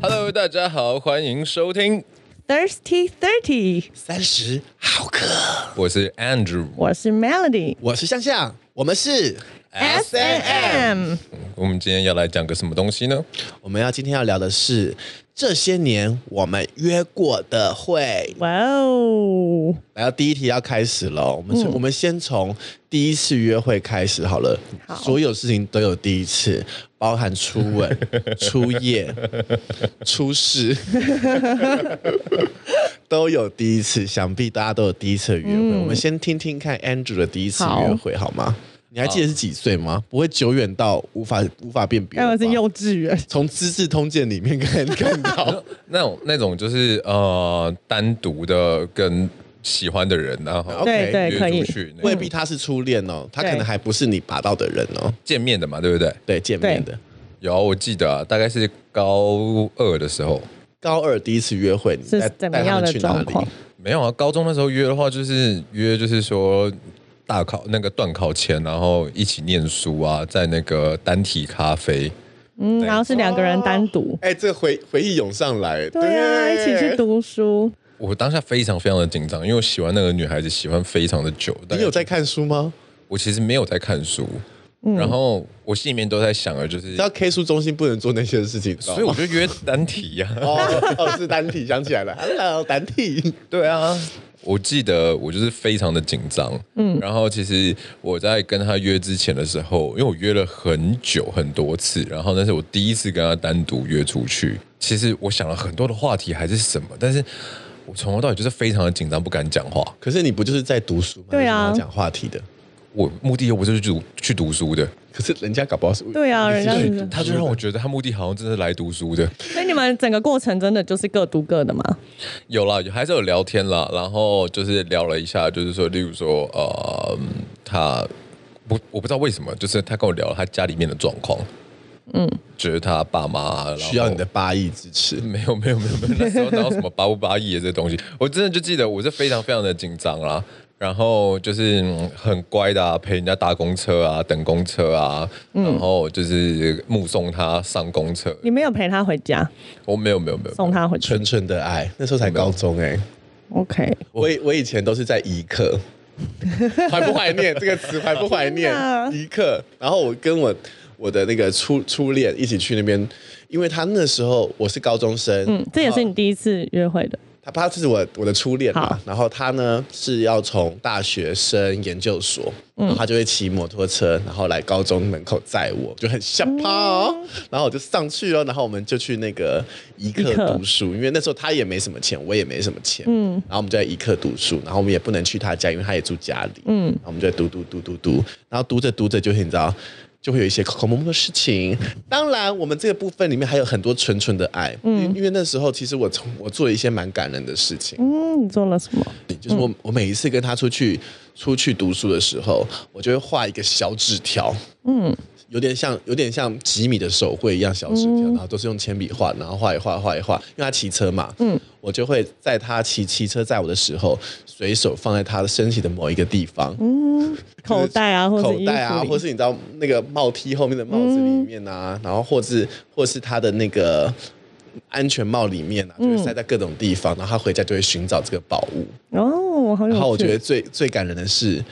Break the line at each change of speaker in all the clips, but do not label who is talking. Hello，大家好，欢迎收听，
Thirsty Thirty，
三十好渴，
我是 Andrew。
我是 Melody
我是向向，我们是
S M，
我们今天要来讲个什么东西呢？
我们要今天要聊的是这些年我们约过的会。
哇哦，
来到第一题要开始了，我们
嗯
是、我们先从第一次约会开始好了。
好
所有事情都有第一次，包含初吻、 初夜、初试，都有第一次。想必大家都有第一次的约会。我们先听听看 Andrew 的第一次
嗯好
约会好吗？你还记得是几岁吗？不会久远到无法无法辨别了
那
吧。
哎我是幼稚园，
从《资治通鉴》里面看看到，
那种那种就是呃，单独的跟喜欢的人，然后
OK，
对 对，可
约
以嗯
出，去那
未
种
必他是初恋哦，他可
对
能还不是你拔到的人哦。
见面的嘛，对不对？
对，见面的
有，我记得啊，大概是高二的时候，
高二第一次约会，你
是
带
怎么样的
带他
状
们去哪
况
里？？
没有啊，高中的时候约的话，就是约，就是说大考那个段考前，然后一起念书啊，在那个单体咖啡，
嗯，然后是两个人单独，
哎，这个回回忆涌上来，
对啊，一起去。读书，
我当下非常非常的紧张，因为我喜欢那个女孩子，喜欢非常的久。但
你有在看书吗？
我其实没有在看书，然后我心里面都在想的就是
你知，道 K 书中心不能做那些事情，知道吗
所以我就约单体呀、
哦哦是单体，想起来了，Hello 单体，
对啊，我记得我就是非常的紧张，嗯，然后其实我在跟他约之前的时候，因为我约了很久很多次，然后那是我第一次跟他单独约出去。其实我想了很多的话题还是什么，但是我从头到尾就是非常的紧张，不敢讲话。
可是你不就是在读书吗？
对啊
有什么好讲话题的，
我目的又不是去读去读书的，
可是人家搞不好是
对啊，人家
你是
是，
他就让我觉得他目的好像真的是来读书的。
所以你们整个过程真的就是各读各的嘛？
有啦，有还是有聊天啦，然后就是聊了一下，就是说，例如说，呃，嗯他不，我不知道为什么，就是他跟我聊了他家里面的状况，嗯，觉得他爸妈然后
需要你的八亿支持。
没有没有没有没有，那时候哪有什么八不八亿的这东西，我真的就记得我是非常非常的紧张啦。然后就是嗯很乖的、啊，陪人家搭公车啊，等公车啊，然后就是目送他上公车。
你没有陪他回家，
我没有没有没有，
送他回去
纯纯的爱，那时候才高中哎、
，OK？
我以我以前都是在一刻，怀不怀念这个词？怀不怀念
真的
一刻？然后我跟我我的那个初初恋一起去那边，因为他那时候我是高中生，
嗯，这也是你第一次约会的，
他他是我我的初恋嘛
好，
然后他呢是要从大学生研究所，
嗯
然后他就会骑摩托车，然后来高中门口载我，就很吓
嗯
趴哦，然后我就上去了，然后我们就去那个一
一刻
课读书，因为那时候他也没什么钱，我也没什么钱，嗯，然后我们就在一课读书，然后我们也不能去他家，因为他也住家里，嗯，然后我们就在读读读读读，然后读着读着就会你知道。就会有一些口口蒙蒙的事情。当然，我们这个部分里面还有很多纯纯的爱，嗯，因为那时候其实我从我做了一些蛮感人的事情，
嗯，你做了什么？
就是
嗯
我我每一次跟他出去出去读书的时候，我就会画一个小纸条，嗯，有点像有点像吉米的手绘一样小纸条，
嗯
然后都是用铅笔画，然后画一画画一画，因为他骑车嘛，嗯，我就会在他骑骑车载我的时候，随手放在他的身体的某一个地方，
口袋啊，嗯或者
口
衣
袋
服
啊，或
里，嗯
是你知道那个帽 T 后面的帽子里面啊，然后或是或是他的那个安全帽里面啊，就会
嗯
塞在各种地方，然后他回家就会寻找这个宝物。
哦，好有趣。
然后我觉得最最感人的是，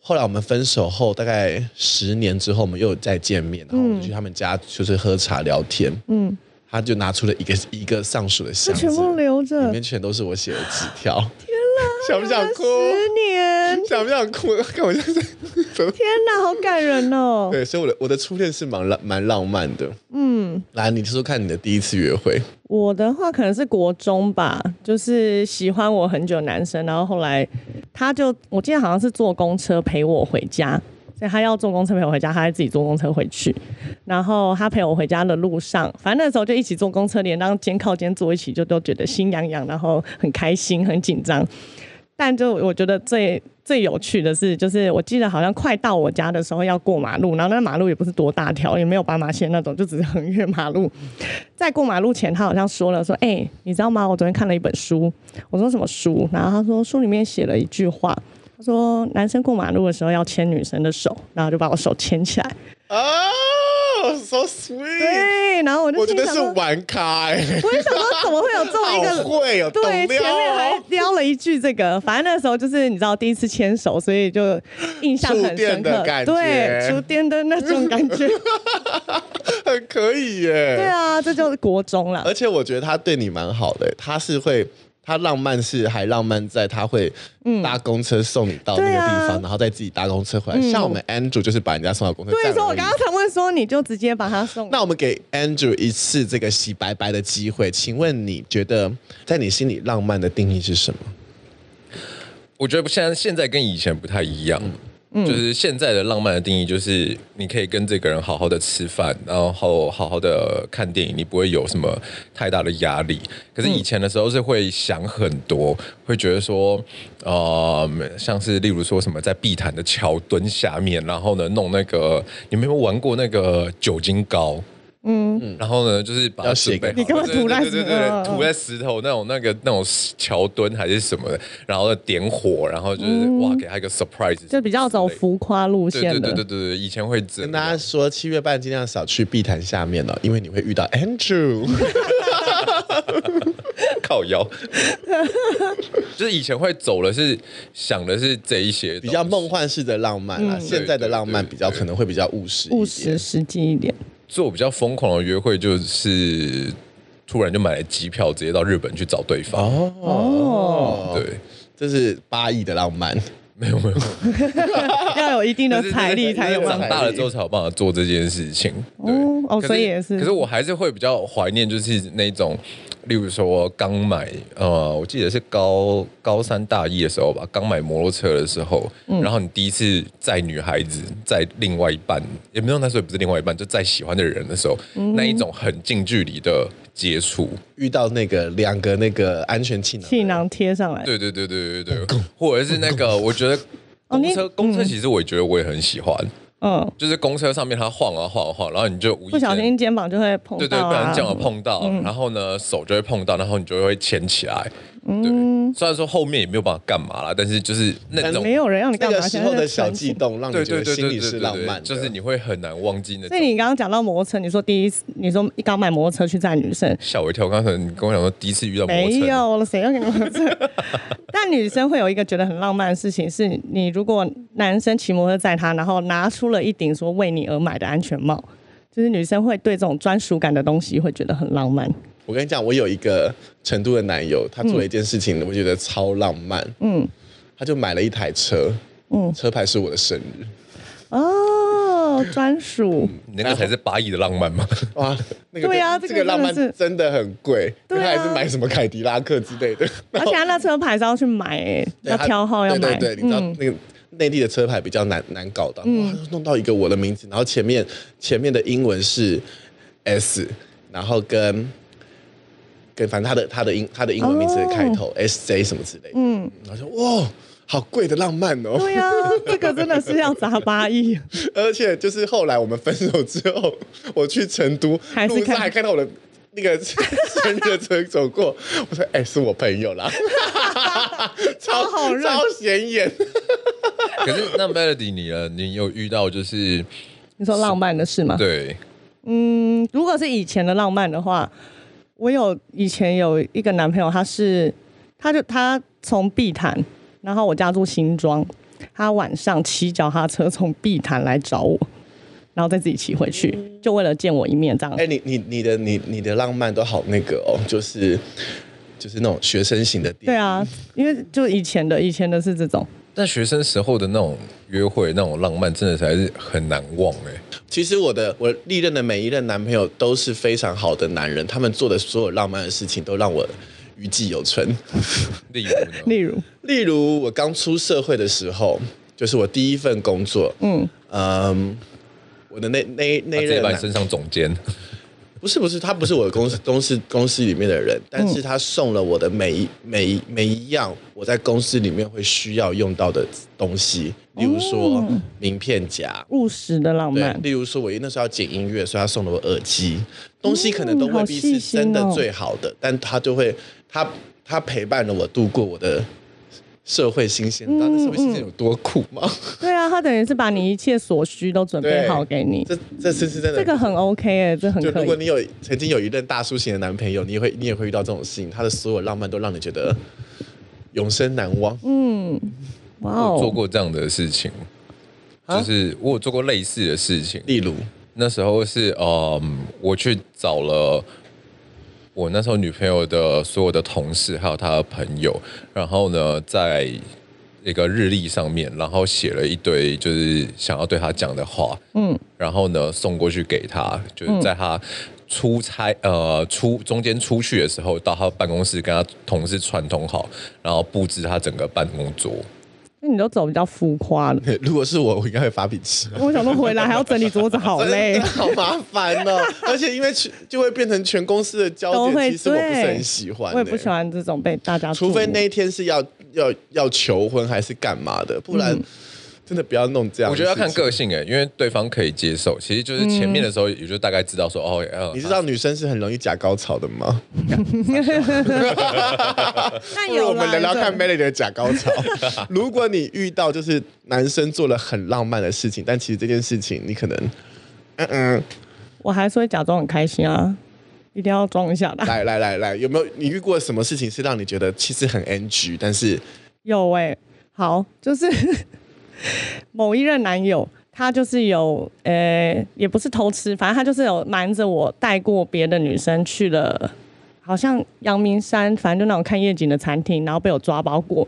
后来我们分手后大概十年之后，我们又再见面，然后
嗯
我就去他们家就是喝茶聊天，嗯，他就拿出了一个一个上锁的箱
他
子，
全部留着
里面全都是我写的纸条。天哪， 想不想哭？
十年，
想不想哭？ 看我现在怎么？
天哪，好感人 哦！
对，所以我的我的初恋是蛮浪蛮浪漫的。嗯，来，你说说看你的第一次约会，
我的话可能是国中吧，就是喜欢我很久的男生，然后后来他就我记得好像是坐公车陪我回家，所以他要坐公车陪我回家，他还自己坐公车回去。然后他陪我回家的路上，反正那时候就一起坐公车，连当肩靠肩坐一起，就都觉得心痒痒，然后很开心，很紧张。但就我觉得最最有趣的是，就是我记得好像快到我家的时候要过马路，然后那马路也不是多大条，也没有斑马线那种，就只是横越马路。在过马路前，他好像说了说：“哎、你知道吗？我昨天看了一本书。”我说：“什么书？”然后他说：“书里面写了一句话，他说男生过马路的时候要牵女生的手，然后就把我手牵起来。”
啊，哦，so sweet。
对，哎然后我就
我觉
心里
得
想
是
说
玩咖哎、
我也想说，怎么会有这么一个？
好会哦
对，
懂
前
撩
面
哦
还撩了一句这个，反正那时候就是你知道第一次牵手，所以就印象很
触
深
电
刻
的，感觉
对，触电的那种感 觉。
很可以耶。
对啊，这就是国中了
而。且我觉得他对你蛮好的，他是会。他浪漫是还浪漫在，他会搭公车送你到那
嗯
个
对
地
啊嗯
方，然后再自己搭公车回来。像我们 Andrew 就是把人家送到公车站而
对，
已。
所以我刚刚才问说，你就直接把他送。
那我们给 Andrew 一次这个洗白白的机会，请问你觉得在你心里浪漫的定义是什么？
我觉得现在现在跟以前不太一样，就是现在的浪漫的定义就是你可以跟这个人好好的吃饭，然后好好的看电影，你不会有什么太大的压力。可是以前的时候是会想很多，会觉得说，呃，像是例如说什么在碧潭的桥墩下面，然后呢弄那个，你们有没有玩过那个酒精膏？嗯，然后呢，就是把它
要写
准备好，
你干嘛涂在
对对对对
石头
对，涂在石头那种那个那种桥墩还是什么的，然后点火，然后就是、哇，给他一个 surprise，
嗯就比较走浮夸路
对对
线
对对
的
对，对，以前会这
跟大
样
家。说，七月半尽量少去碧潭下面哦，因为你会遇到 Andrew。
靠腰， 就是以前会走的是想的是这一些
比较
东西
梦幻式的浪漫啦，现在的浪漫比较可能会比较务实一
嗯
点
务实实际 一点。
做比较疯狂的约会，就是突然就买了机票，直接到日本去找对方。
哦。
对，
这是八亿的浪漫，
没有没有，
要有一定的
就是
财力才有
就是
办
长
法。
大了之后才有办法做这件事情。对
哦哦
可
所以也是
可是我还是会比较怀念，就是那种，例如说刚买呃，我记得是高高三大一的时候吧，刚买摩托车的时候，
嗯
然后你第一次载女孩子，载另外一半，也没有那时候也不是另外一半，就载喜欢的人的时候，
嗯
那一种很近距离的接触。
遇到那个两个那个安全气囊，
气囊贴上来，
对对对对对对，或者是那个，我觉得
哦
公
你
车公车其实我也觉得我也很喜欢。
嗯，
就是公车上面它晃啊晃啊晃，然后你就无意
不小
间
心肩膀就会碰
对对，
到
不然
啊
这。样碰到，然后呢手就会碰到，然后你就会牵起来。对，虽然说后面也没有办法干嘛啦，但是就是那种
没有人让你
那
干嘛？
个时候的小悸动，让
对
你觉
对
得
对对
心
对
里
对
是
对
浪漫的，
就是你会很难忘记那
所以你
种。
刚刚讲到摩托车，你说第一次，你说刚买摩托车去载女生，
吓我一跳，刚才你跟我讲说第一次遇到摩
没
托车，
有了，谁要给你摩托车？但女生会有一个觉得很浪漫的事情，是你如果男生骑摩托车载她，然后拿出了一顶说为你而买的安全帽，就是女生会对这种专属感的东西会觉得很浪漫。
我跟你讲，我有一个成都的男友，他做了一件事情，我觉得超浪漫。嗯，他就买了一台车，嗯，车牌是我的生日。
哦，专属。
你那个才是八亿的浪漫嘛。
哇，那个
对啊
这
这个真的
浪漫
是
真的很贵，因
对
为
啊
他还是买什么凯迪拉克之类的，
而且他那车牌是要去买、欸，
对
要
他
挑号要买。嗯
对对对，你知道那个。内地的车牌比较难难搞到，哇，弄到一个我的名字，然后前面前面的英文是 S，然后跟跟反正他的他的英他的英文名字的开
哦
头、SJ 什么之类的，嗯，然后说哇，好贵的浪漫哦，
对呀、啊这个真的是要砸八亿，
而且就是后来我们分手之后，我去成都
还是
路
看
上还看到我的那个 生日的车走过，我说：“哎、是我朋 友啦。超”
超好认
超显眼。
可是那 Melody 你呢？你有遇到就是
你说浪漫的事吗？
对
嗯，如果是以前的浪漫的话，我有以前有一个男朋友，他是他就他从碧潭，然后我家住新庄，他晚上骑脚踏车从碧潭来找我，然后再自己骑回去，就为了见我一面这样。
哎、你你你的你你的浪漫都好那个哦，就是就是那种学生型的
对
店。
啊，因为就以前的以前的是这种，
但学生时候的那种约会，那种浪漫，真的才是很难忘哎、
其实我的我历任的每一任男朋友都是非常好的男人，他们做的所有浪漫的事情都让我余悸有存。
例如呢，
例如
例如我刚出社会的时候，就是我第一份工作，嗯我的那那那
他
一
直接
任
把
男、
你升上总监，
不是不是，他不是我的公司 公司公司里面的人，
嗯
但是他送了我的每一每一每一样我在公司里面会需要用到的东西，例如说
哦
名片夹。
务实的浪
对
漫，，
例如说，我那时候要剪音乐，所以他送了我耳机，东西可能都
嗯好
未必
细
是
心
真的
哦
最好的，但他就会他他陪伴了我度过我的社会新
嗯
鲜，当然社会新鲜有多酷吗？
对啊，他等于是把你一切所需都准备好给你，
这这次是真的
这个很 OK 哎、这很
就
可
如果
以。
你有曾经有一任大叔型的男朋友，你也会你也会遇到这种事情，他的所有浪漫都让你觉得永生难忘。
嗯哇
我有做
哦，
过这样的事情，
啊
就是我有做过类似的事情。
例如，
那时候是嗯，我去找了我那时候女朋友的所有的同事，还有她的朋友，然后呢，在一个日历上面，然后写了一堆就是想要对她讲的话，嗯，然后呢送过去给她，就是在她出差呃出中间出去的时候，到她办公室跟她同事串通好，然后布置她整个办公桌。
那你都走比较浮夸了。
如果是我，我应该会发脾气。
我想说回来还要整理桌子，好累
真的。好麻烦 哦！而且因为全就会变成全公司的焦
都会
点，其实我不是
对
很喜欢、
我也不喜
欸。
欢这种被大家注
除
目，
非那一天是要要要求婚还是干嘛的，
嗯
不然真的不要弄这样。
我觉得要看个。性诶、欸因为对方可以接受，其实就是前面的时候也就大概知道说、哦，
嗯
呃
你知道女生是很容易假高潮的吗？
但
不 如
有
我们
啦
聊聊
有
看 Melody 的假高潮。 如果你遇到就是男生做了很浪漫的事情，但其实这件事情你可能，嗯嗯，
我还是会假装很开心啊，一定要装一下的。
来来来来，有没有你遇过什么事情是让你觉得其实很 NG，但是
有哎、好，就是 某一任男友，他就是有呃、也不是偷吃，反正他就是有瞒着我带过别的女生去了，好像阳明山，反正就那种看夜景的餐厅，然后被我抓包过，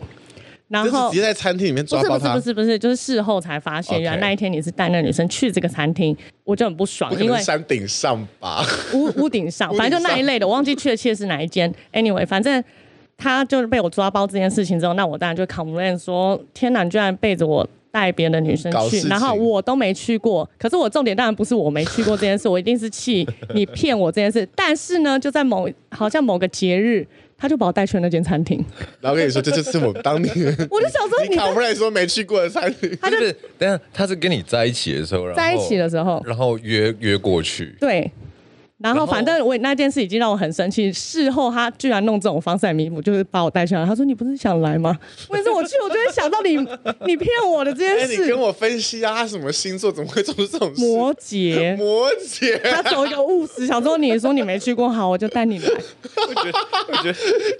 然
就
后
是直接在餐厅里面
不
抓
是
包
不是
他，
不是不是，就是事后才发现，
OK
原来那一天你是带那女生去这个餐厅，我就很不爽
不，可
因
能
为
是山顶上 吧？
屋屋顶 上，反正就那一类的，我忘记确切是哪一间。Anyway，反正他就是被我抓包这件事情之后，那我当然就 complain 说：天哪，你居然背着我带别的女生
搞事
去，
情
然后我都没去过。可是我重点当然不是我没去过这件事，我一定是气你骗我这件事。但是呢，就在某好像某个节日。他就把我带去了那间餐厅，
然后跟你说，这就是我当年
我就想说
你
你
考不来说没去过的餐厅，
他就是等一下他是跟你在一起的时候，然后
在一起的时
哦
候
然后约约过去，
对，然后
然后
反正我那件事已经让我很生气。事后他居然弄这种方式来弥补，就是把我带上来。他说：“你不是想来 吗？”问是我去，我就会想到你， 你骗我的这
哎、
件
你
事
跟。我分析啊，他什么星座，怎么会做出这种事？
摩羯，
摩羯，
他走一个务实，想说你说你没去过，好，我就带 你来。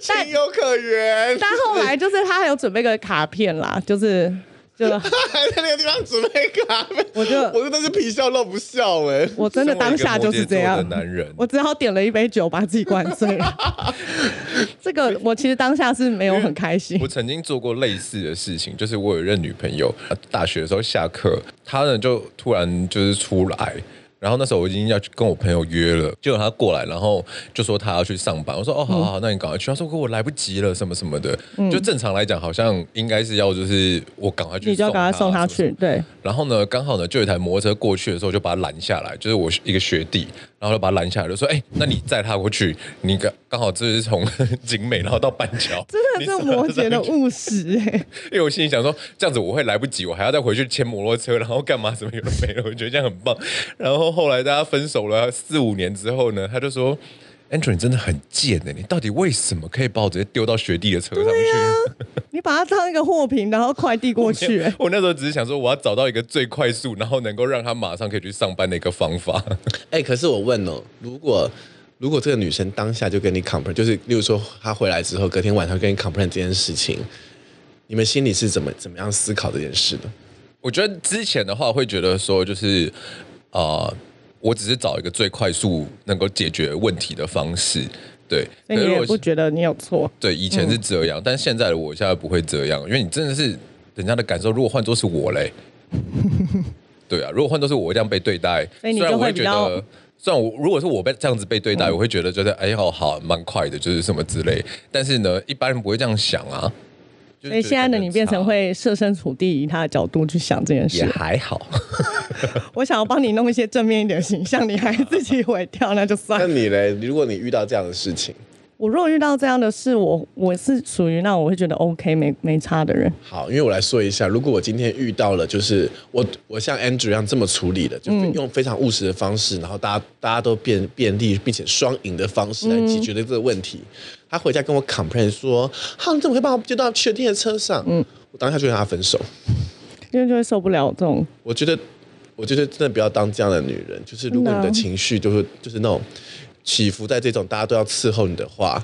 情有可原。
但后来就是他还有准备个卡片啦，就是就
还 在那个地方准备咖啡，
我就
我真的是皮笑肉不笑哎、
我真的
身为一
当
个
下就是这
摩
样
羯座。的男人，
我只好点了一杯酒把自己灌 醉了。这个我其实当下是没有很开心
我。曾经做过类似的事情，就是我有一任女朋友，呃大学的时候下课，她呢就突然就是出来。然后那时候我已经要去跟我朋友约了，结果她过来，然后就说她要去上班。我
嗯
说哦，好好好，那你赶快去。她说可我来不及了，什么什么的。就正常来讲，好像应该是要就是我赶快去，
你就要赶快送他
什么
去，对，
然后呢，刚好呢，就有一台摩托车过去的时候，就把他拦下来，就是我一个学弟，然后就把他拦下来，就说：“哎、那你载他过去，你刚刚好这是从景美然后到板桥。”
真的是摩羯的务实哎、
因为我心里想说，这样子我会来不及，我还要再回去牵摩托车，然后干嘛什么有的没的，我觉得这样很棒。然后后来大家分手了四五年之后呢，他就说。Andrew，你真的很贱的、你到底为什么可以把我直接丢到学弟的车上 去？
你把它当一个货品，然后快递过去、哎
我那时候只是想说，我要找到一个最快速，然后能够让他马上可以去上班的一个方法。
哎、可是我问哦，如果如果这个女生当下就跟你 complain，就是例如说她回来之后，隔天晚上跟你 complain 这件事情，你们心里是怎么怎么样思考这件事的？
我觉得之前的话会觉得说，就是啊、呃我只是找一个最快速能够解决问题的方式，对。
所以
可
你
是
也
我
不嗯觉得你有错，
对以前是这样，但现在的我现在不会这样，因为你真的是人家的感受，如果换作是我 嘞，对啊，如果换作是我这样被对待，
所以你
虽然
就
我
会
会
比
觉
较嗯
得。虽然我如果是我被这样子被对待，我会觉得觉得哎好好蛮快的，就是什么之类。但是呢，一般人不会这样想啊。就
所以
是觉得
现在的
可能
你变成
差
会设身处地以他的角度去想这件
也
事。
还好。
我想要帮你弄一些正面一点的形象，你还自己毁掉，那就算
那
了。
你嘞？如果你遇到这样的事情，
我如果遇到这样的事，我我是属于那种我会觉得 OK 没没差的人。
好，因为我来说一下，如果我今天遇到了，就是我我像 Andrew 一样这么处理的，就用非常务实的方式，然后大家大家都便便利并且双赢的方式来解决的这个问题。他回家跟我 complain 说：“哈，你怎么会把我接到确定的车上？”嗯，我当下就跟他分手。
因为就会受不了这种，
我觉得，我觉得真的不要当这样的女人。就是如果你的情绪就是就是那种起伏在这种大家都要伺候你的话，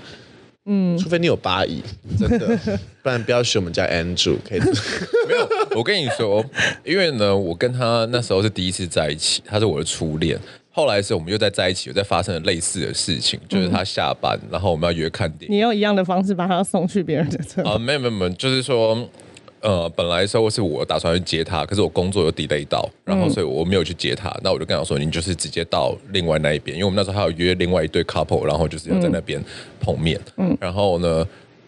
嗯，除非你有八姨，真 的，不然不要学我们家 Andrew，可以
没有，我跟你说，因为呢，我跟他那时候是第一次在一起，他是我的初恋。后来的时候，我们又在在一起，有在发生了类似的事情，就是他下班，然后我们要约看电影。
你用一样的方式把他送去别人的车，
哦
啊，没有没有没有，就是说，呃，本来的时候是我打算去接他，可是我工作有 delay 到，然后所以我没有去接他。那我就跟他说，你就是直接到另外那一边，因为我们那时候还有约另外一对 couple，然后就是要在那边碰面。嗯，然后呢，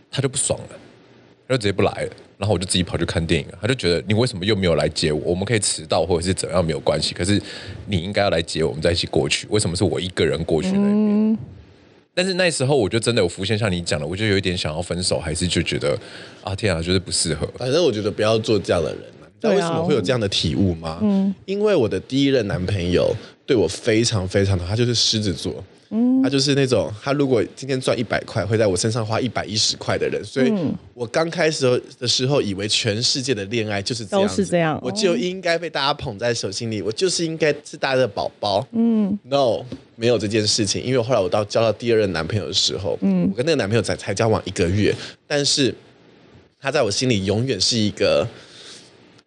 他就不爽了，他就直接不来了。然后我就自己跑去看电影了，他就觉得你为什么又没有来接我？我们可以迟到或者是怎样没有关系，可是你应该要来接我，我们再一起过去。为什么是我一个人过去那边？但是那时候我就真的有浮现，像你讲的，我就有一点想要分手，还是就觉得啊天啊，就是不适合。
反正我觉得不要做这样的人嘛。那
对啊嗯
为什么会有这样的体悟吗？因为我的第一任男朋友对我非常非常的，他就是狮子座。
嗯
他就是那种，他如果今天赚一百块，会在我身上花一百一十块的人，所以
嗯
我刚开始的时候以为全世界的恋爱就是这样子，
都是这样
我就应该被大家捧在手心里，我就是应该是大家的宝宝。嗯，no，没有这件事情，因为后来我到交到第二任男朋友的时候，嗯，我跟那个男朋友才才交往一个月，但是他在我心里永远是一个，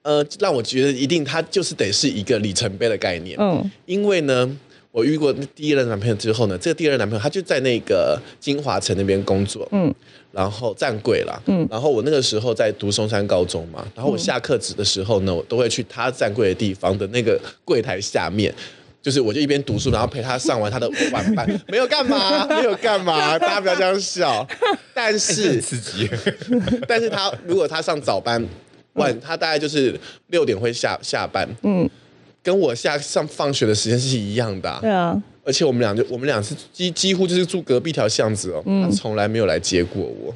呃，让我觉得一定他就是得是一个里程碑的概念。
嗯，
因为呢，我遇过第一任男朋友之后呢，这个第二任男朋友他就在那个金华城那边工作，嗯，然后站柜啦，嗯，然后我那个时候在读松山高中嘛，然后我下课子的时候呢，我都会去他站柜的地方的那个柜台下面。就是我就一边读书，然后陪他上完他的晚班， 没有干嘛，没有干嘛，大家不要这样笑。但是
刺激，
但是他如果他上早班，
嗯
晚他大概就是六点会下下班，嗯，跟我下上放学的时间是一样的啊、
对啊，
而且我们俩就我们俩是几几乎就是住隔壁条巷子哦，
嗯
他从来没有来接过我。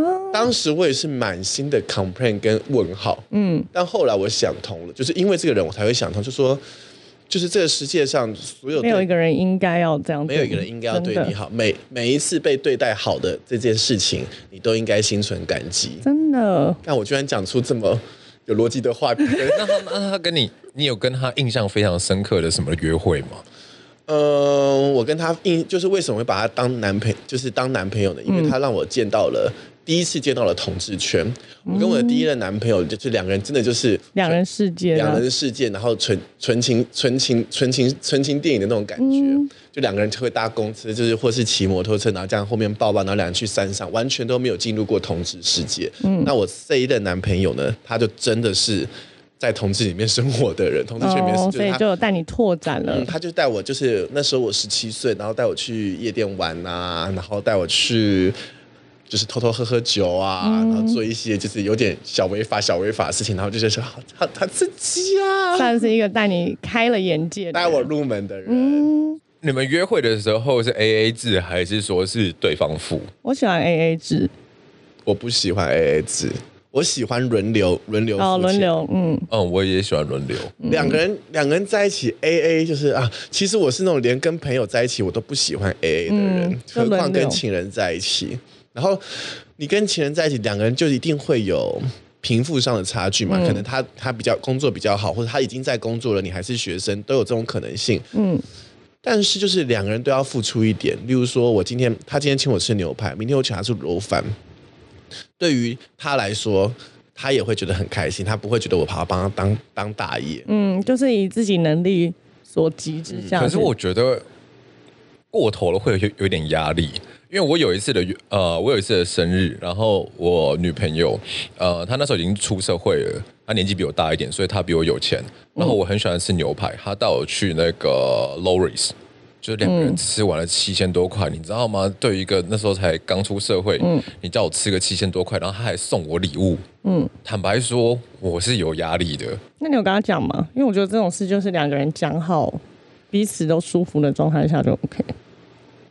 哦
当时我也是满心的 complain 跟问号，嗯，但后来我想通了，就是因为这个人我才会想通，就说就是这个世界上所有
没有
对
一个人应该要这样，
没有一个人应该要对
真的
你，好，每每一次被对待好的这件事情，你都应该心存感激。
真的，
但我居然讲出这么有逻辑的话，
那他那他跟你，你有跟他印象非常深刻的什么约会吗？
嗯，我跟他印就是为什么会把他当男朋就是当男朋友呢？因为他让我见到了、第一次见到了统治圈。我跟我的第一任男朋友就是两个人，真的就是
两人世界
两
的，
人世界，然后纯纯情纯情纯情纯情电影的那种感觉，
嗯
就两个人就会搭公车，就是或是骑摩托车，然后这样后面抱抱，然后两人去山上，完全都没有进入过同志世界。
嗯
那我这一任男朋友呢，他就真的是在同志里面生活的人，同志圈里面
哦，
是
所
就是
以
他
就有带你拓展了
嗯，，他就带我，就是那时候我十七岁，然后带我去夜店玩啊，然后带我去就是偷偷喝喝酒啊，
嗯
然后做一些就是有点小违法、小违法的事情，然后就觉得说啊好好好刺激啊，
算是一个带你开了眼界的
带
人，
我入门的人。
你们约会的时候是 A A 制，还是说是对方付？
我喜欢 A A 制，
我不喜欢 AA 制，我喜欢轮流轮流
哦，
付
轮
钱
流，嗯，
嗯，我也喜欢轮流。
两个人两个人在一起 A A 就是啊，其实我是那种连跟朋友在一起我都不喜欢 A A 的人，
嗯就
何况
轮流
跟情人在一起。然后你跟情人在一起，两个人就一定会有贫富上的差
嗯
距嘛？可能他他比较工作比较好，或者他已经在工作了，你还是学生，都有这种可能性。
嗯，
但是就是两个人都要付出一点，例如说我今天他今天请我吃牛排，明天我请他吃卤肉饭，对于他来说。他也会觉得很开心，他不会觉得我把他帮他当当大爷，
嗯，就是以自己能力所及之
嗯
下。
可是我觉得过头了会有有点压力，因为我有一次的约呃，我有一次的生日，然后我女朋友呃，她那时候已经出社会了，她年纪比我大一点，所以她比我有钱。然后我很喜欢吃牛排，她带我去那个 Lori's。就是两个人吃完了七千多块，你知道吗？对于一个那时候才刚出社会，你叫我吃个七千多块，然后他还送我礼物，嗯，坦白说我是有压力的，
那你有跟他讲吗？因为我觉得这种事就是两个人讲好，彼此都舒服的状态下就 OK。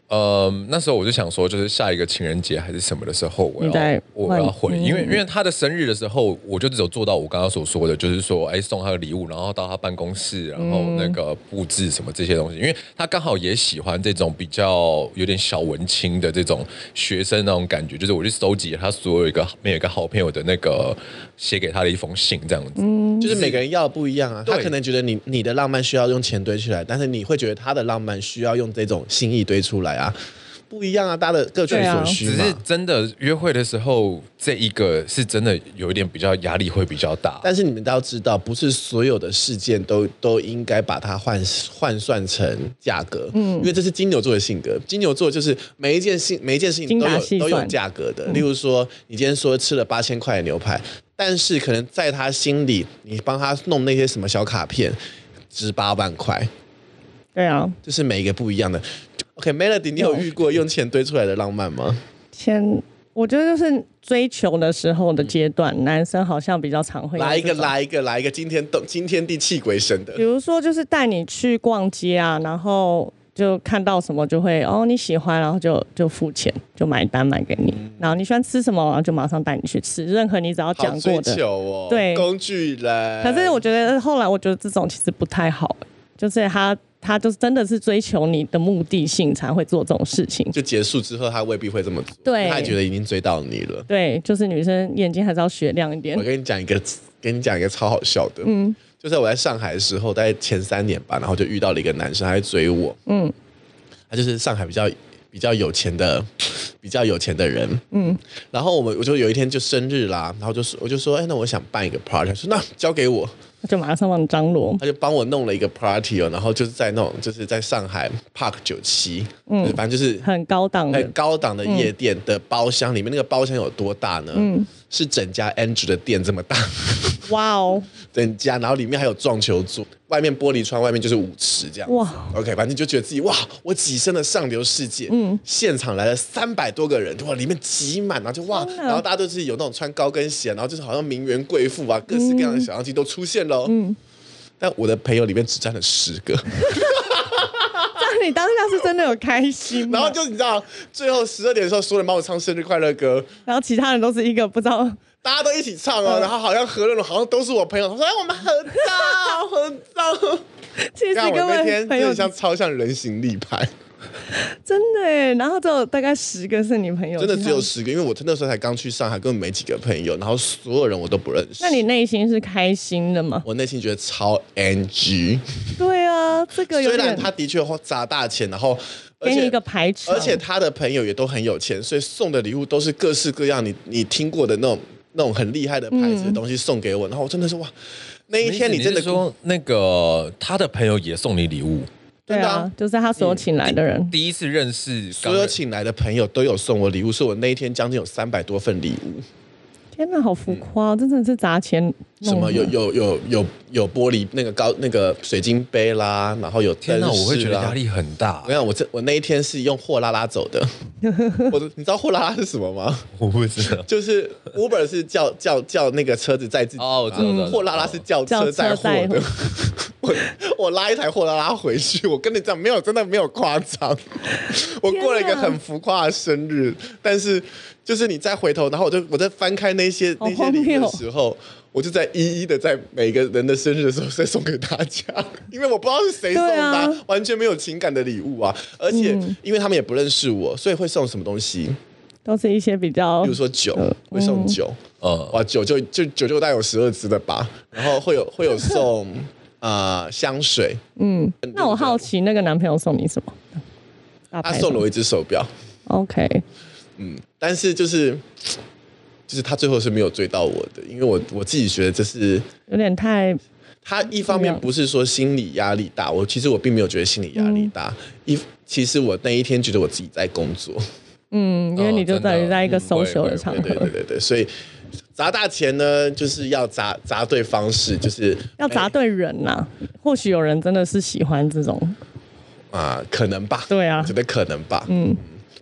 呃，那时候我就想说，就是下一个情人节还是什么的时候，我
你再
要我要
换嗯
回，因为因为他的生日的时候，我就只有做到我刚刚所说的，就是说，哎，送他的礼物，然后到他办公室，然后
嗯
那个布置什么这些东西，因为他刚好也喜欢这种比较有点小文青的这种学生那种感觉，就是我去收集他所有一个每一个好朋友的那个写给他的一封信这样子，
嗯
就是每个人要的不一样啊。他可能觉得你你的浪漫需要用钱堆起来，但是你会觉得他的浪漫需要用这种心意堆出来啊，不一样啊，大家的各取
对啊
所需
只
嘛。
是真的约会的时候，这一个是真的有一点比较压力会比较大。
但是你们都要知道，不是所有的事件都都应该把它换换算成价格，嗯，因为这是金牛座的性格。金牛座就是每一件事每一件事情都
精打
有
细
都
算嗯
有价格的。例如说，你今天说吃了八千块的牛排，但是可能在他心里，你帮他弄那些什么小卡片，值八万块，
对啊，
这是每一个不一样的。OK，Melody，、你有遇过用钱堆出来的浪漫吗？
先。我觉得就是追求的时候的阶段，男生好像比较常会有
来一个，
这种
来一个，来一个，惊天动惊天地泣鬼神的
比。如说就是带你去逛街啊，然后就看到什么就会哦你喜欢，然后就就付钱就买单买给你，
嗯
然后你喜欢吃什么，然后就马上带你去吃，任何你只要
好
讲
追
过的
求。哦，
对
工具人。
可是我觉得后来我觉得这种其实不太好，就是他他就是真的是追求你的目的性才会做这种事情。
就结束之后，他未必会这么做，
对
他也觉得已经追到你了。
对，就是女生眼睛还是要雪亮一点
我。跟你讲一个，跟你讲一个超好笑的，嗯，就在我在上海的时候，大概前三年吧，然后就遇到了一个男生，他在追我，嗯，他就是上海比较比较有钱的，比较有钱的人，嗯，然后我们我就有一天就生日啦，然后就是我就说，哎，那我想办一个 party，他说那交给我，
就马上帮你张罗。
他就帮我弄了一个 party 哦，然后就是在那种就是在上海 Park 九七，嗯，反正就是
很高档的
很，高档的夜店的包厢里面，那个包厢有多大呢？是整家 Andrew 的店这么大，
哇哦，
整家，然后里面还有撞球桌，外面玻璃窗，外面就是舞池这样子。
哇
OK，反正就觉得自己哇，我跻身了上流世界。嗯，现场来了三百多个人，哇，里面挤满，然后就哇，
天哪
然后大家都是有那种穿高跟鞋，然后就是好像名媛贵妇啊，各式各样的小妖精都出现了。嗯，但我的朋友里面只占了 十个。
那你当下是真的有开心吗？
然后就你知道，最后十二点的时候，所有人帮我唱生日快乐歌，
然后其他人都是一个不知道，
大家都一起唱
嗯
哦，然后好像合了，好像都是我朋友，他说哎我们合照合照。
其 实
看我
根
那
本
天真
朋友
的像超像人形 立牌，
真的耶。然后只有大概十个是你朋友，
真的
其
只
他
有。十个，因为我那时候才刚去上海，根本没几个朋友，然后所有人我都不认识。
那你内心是开心的吗？
我内心觉得超 NG，
对啊，这个有
虽然
点
他的确花砸大钱，然后而
给你
且
一个排斥，
而且他的朋友也都很有钱，所以送的礼物都是各式各样你你听过的那种那种很厉害的牌
嗯
子的东西送给我，然后我真的是哇，那一天
你
真的
是说那个他的朋友也送你礼物，
对
真的
啊
啊，嗯
就是他所有请来的人，
第一次认识
所有请来的朋友都有送我礼物，所以我那一天将近有三百多份礼物，
天哪，好浮夸哦，这真的是砸钱弄
嗯什么
的
有有有有有玻璃那个高那个水晶杯啦，然后有
天
哪，
哪，我会觉得压。力很大
我跟你，讲，我这我那一天是用货拉拉走的， 我的你知道货拉拉是什么吗？
我不知道。
就是 Uber 是叫叫叫那个车子载自己
哦我知道
嘛
知道知道
货拉拉是叫车载
叫
货
车载
的。 我我拉一台货拉拉回去，我跟你讲，没有真的没有夸张，我过了一个
天哪
很浮夸的生日，但是就是你再回头，然后我就我在翻开那些
好
那些
荒
礼
谬
物的时候。我就在一一的在每个人的生日的时候再送给大家，因为我不知道是谁送的、
对啊嗯
完全没有情感的礼物啊！而且、因为他们也不认识我，所以会送什么东西？
都是一些比较
比如说酒，会送酒，
嗯
哇，酒就就酒就大概有十二支的吧，然后会有会有送啊、呃香水，
那我好奇，那个男朋友送你什么？大
他
牌
送
的
了我一只手表，
OK，
但是就是就是他最后是没有追到我的，因为我我自己觉得这是
有点太
他一方面不是说心理压力大，我其实我并没有觉得心理压力大，一其实我那一天觉得我自己在工作，
嗯，因为你就等于在一个
哦
嗯
真的
social 的场
对
合
对，对对，所以砸大钱呢就是要砸砸对方式，就是
要砸对人呐、或许有人真的是喜欢这种，
啊、可能吧，
对啊
我觉得可能吧，嗯，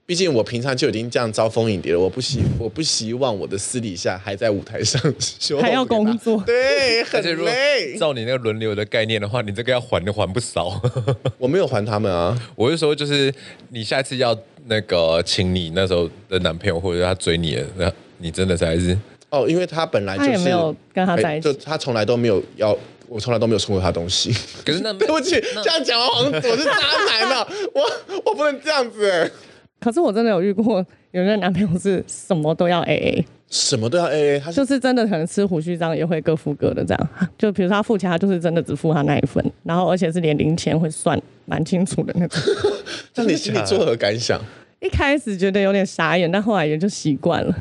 毕竟我平常就已经这样招蜂引蝶了，我不希我不希望我的私底下还在舞台上修，
还要工作
对，
而且如果
很累。
照你那个轮流的概念的话，你这个要还都还不少。
我没有还他们啊，
我是说，就是你下次要那个，请你那时候的男朋友或者他追你的，那你真的才是
哦，因为他本来
他
就是哎
也没有跟他在一
就
起，
他从来都没有要，我从来都没有送过他东西。
可是那
对不起，这样讲完好像我是渣男 了，我我不能这样子、
可是我真的有遇过有人男朋友是什么都要 A A，
什么都要 AA，他是
就是真的可能吃胡须章也会各付各的这样。就比如说他付钱，他就是真的只付他那一份，然后而且是连零钱会算蛮清楚的那 种。
那你心里作何感 想？
一开始觉得有点傻眼，但后来也就习惯了，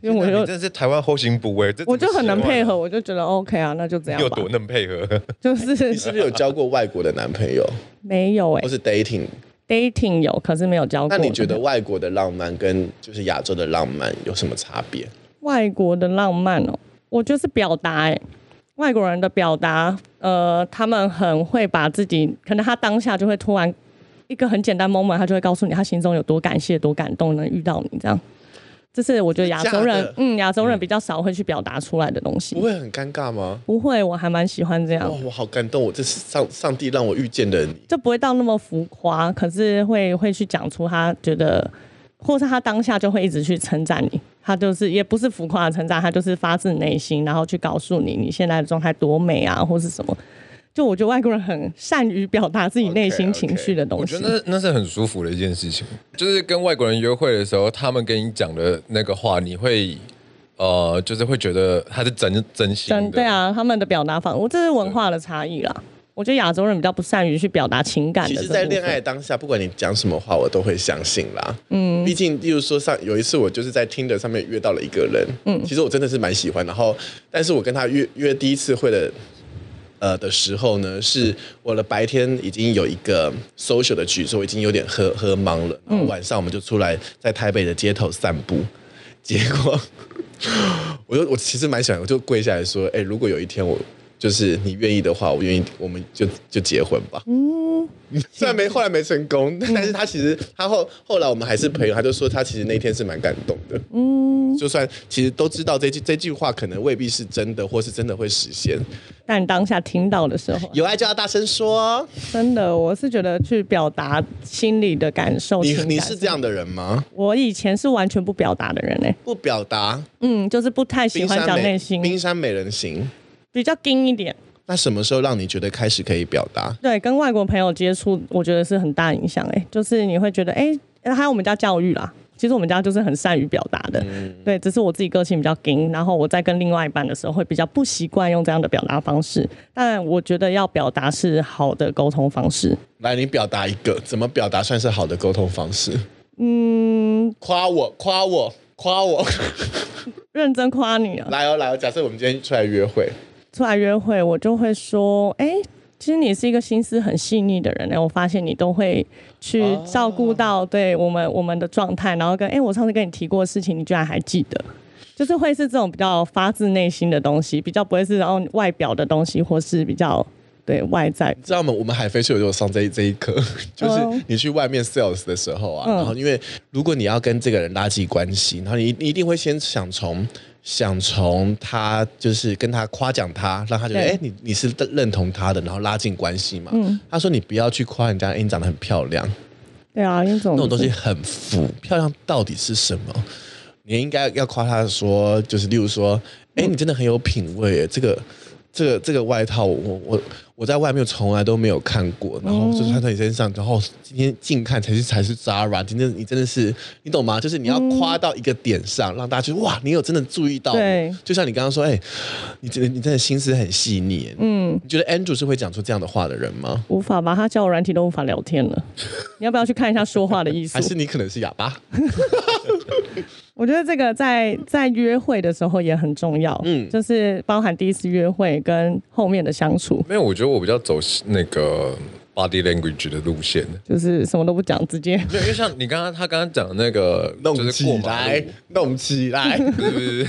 因为我
那你
就
真的是台湾后勤部哎，这怎么
我就很能配
习
合，我就觉得 OK 啊，那就这
惯啊，有
样吧
多。能配合？
就
你是
是
不是有交过外国的男朋友，
没有哎、
或是 dating？
dating 有，可是没有交过。
那你觉得外国的浪漫跟就是亚洲的浪漫有什么差别？
外国的浪漫哦，我觉得是表达哎、外国人的表达，呃，他们很会把自己，可能他当下就会突然一个很简单 moment，他就会告诉你他心中有多感谢、多感动能遇到你这样。这是我觉得亚洲
真的假
人
的，
嗯，亚洲人比较少会去表达出来的东西
不。会很尴尬吗？
不会，我还蛮喜欢这样
哇，，我好感动！我这是上上帝让我遇见的你，
就不会到那么浮夸，可是会会去讲出他觉得，或是他当下就会一直去称赞你，他就是也不是浮夸的称赞，他就是发自内心，然后去告诉你你现在的状态多美啊，或是什么。就我觉得外国人很善于表达自己内心
OK，OK
情绪的东
我
西
觉得那那是很舒服的一件事情，就是跟外国人约会的时候，他们跟你讲的那个话，你会呃，就是会觉得他是真真心的，
真对，啊，他们的表达方，我这是文化的差异啦。我觉得亚洲人比较不善于去表达情感
其
的这
实，
部分，
在恋爱当下，不管你讲什么话，我都会相信啦。嗯，毕竟，例如说上有一次，我就是在 Tinder 上面约到了一个人，嗯，其实我真的是蛮喜欢。然后，但是我跟他约约第一次会的，呃的时候呢，是我的白天已经有一个 social 的局，所以我已经有点喝喝忙了。然后
嗯
晚上我们就出来在台北的街头散步，结果 我就我其实蛮想，我就跪下来说，哎、如果有一天我。就是你愿意的话，我愿意，我们就就结婚吧。虽然没后来没成功，但是他其实他后后来我们还是朋友，他就说他其实那天是蛮感动的。嗯，就算其实都知道这句这句话可能未必是真的，或是真的会实现。
但当下听到的时候，
有爱就要大声说哦。
真的我是觉得去表达心里的感受。
你
情感
你是这样的人吗？
我以前是完全不表达的人哎、
不表达，
嗯，就是不太喜
冰
欢
山
讲
美
内心，
冰山美人型。
比较硬一点。
那什么时候让你觉得开始可以表达？
对，跟外国朋友接触，我觉得是很大影响哎、就是你会觉得哎、还有我们家教育啦，其实我们家就是很善于表达的，
嗯
对，只是我自己个性比较硬，然后我在跟另外一半的时候会比较不习惯用这样的表达方式，但我觉得要表达是好的沟通方式。
来，你表达一个，怎么表达算是好的沟通方式？嗯，夸我，夸我，夸我，
认真夸你啊！
来哦，来哦。假设我们今天出来约会，
出来约会，我就会说，哎、其实你是一个心思很细腻的人呢、我发现你都会去
哦
照顾到对我们我们的状态，然后跟哎、诶我上次跟你提过的事情，你居然还记得，就是会是这种比较发自内心的东西，比较不会是然后外表的东西，或是比较对外在
知道吗？我们海飞是有上这一这一课，就是你去外面 sales 的时候啊，然后因为如果你要跟这个人拉近关系，然后你你一定会先想从想从他就是跟他夸奖他，让他觉得哎
对、
诶你你是认同他的，然后拉近关系嘛。他说你不要去夸人家，哎、你长得很漂亮，
对啊，因为这种
那种东西很浮，漂亮到底是什么？你应该要夸他说，就是例如说，哎、你真的很有品味耶，这个。这个这个外套我，我我在外面从来都没有看过，然后就穿在你身上，然后今天近看才是才是 Zara，今天你真的是，你懂吗？就是你要夸到一个点上，让大家觉得哇，你有真的注意到我
对
就像你刚刚说，哎、你真的你真的心思很细腻，嗯，你觉得 Andrew 是会讲出这样的话的人吗？
无法吧？他交友软体都无法聊天了，你要不要去看一下说话的艺术
还？是你可能是哑巴？
我觉得这个在在约会的时候也很重要，嗯，就是包含第一次约会跟后面的相处，
没有，我觉得我比较走那个 body language 的路线。
就是什么都不讲，直接
没有，因为像你刚刚他刚刚讲的那个，
弄
就是过
起
马
来
路，，
弄起来。
是不是？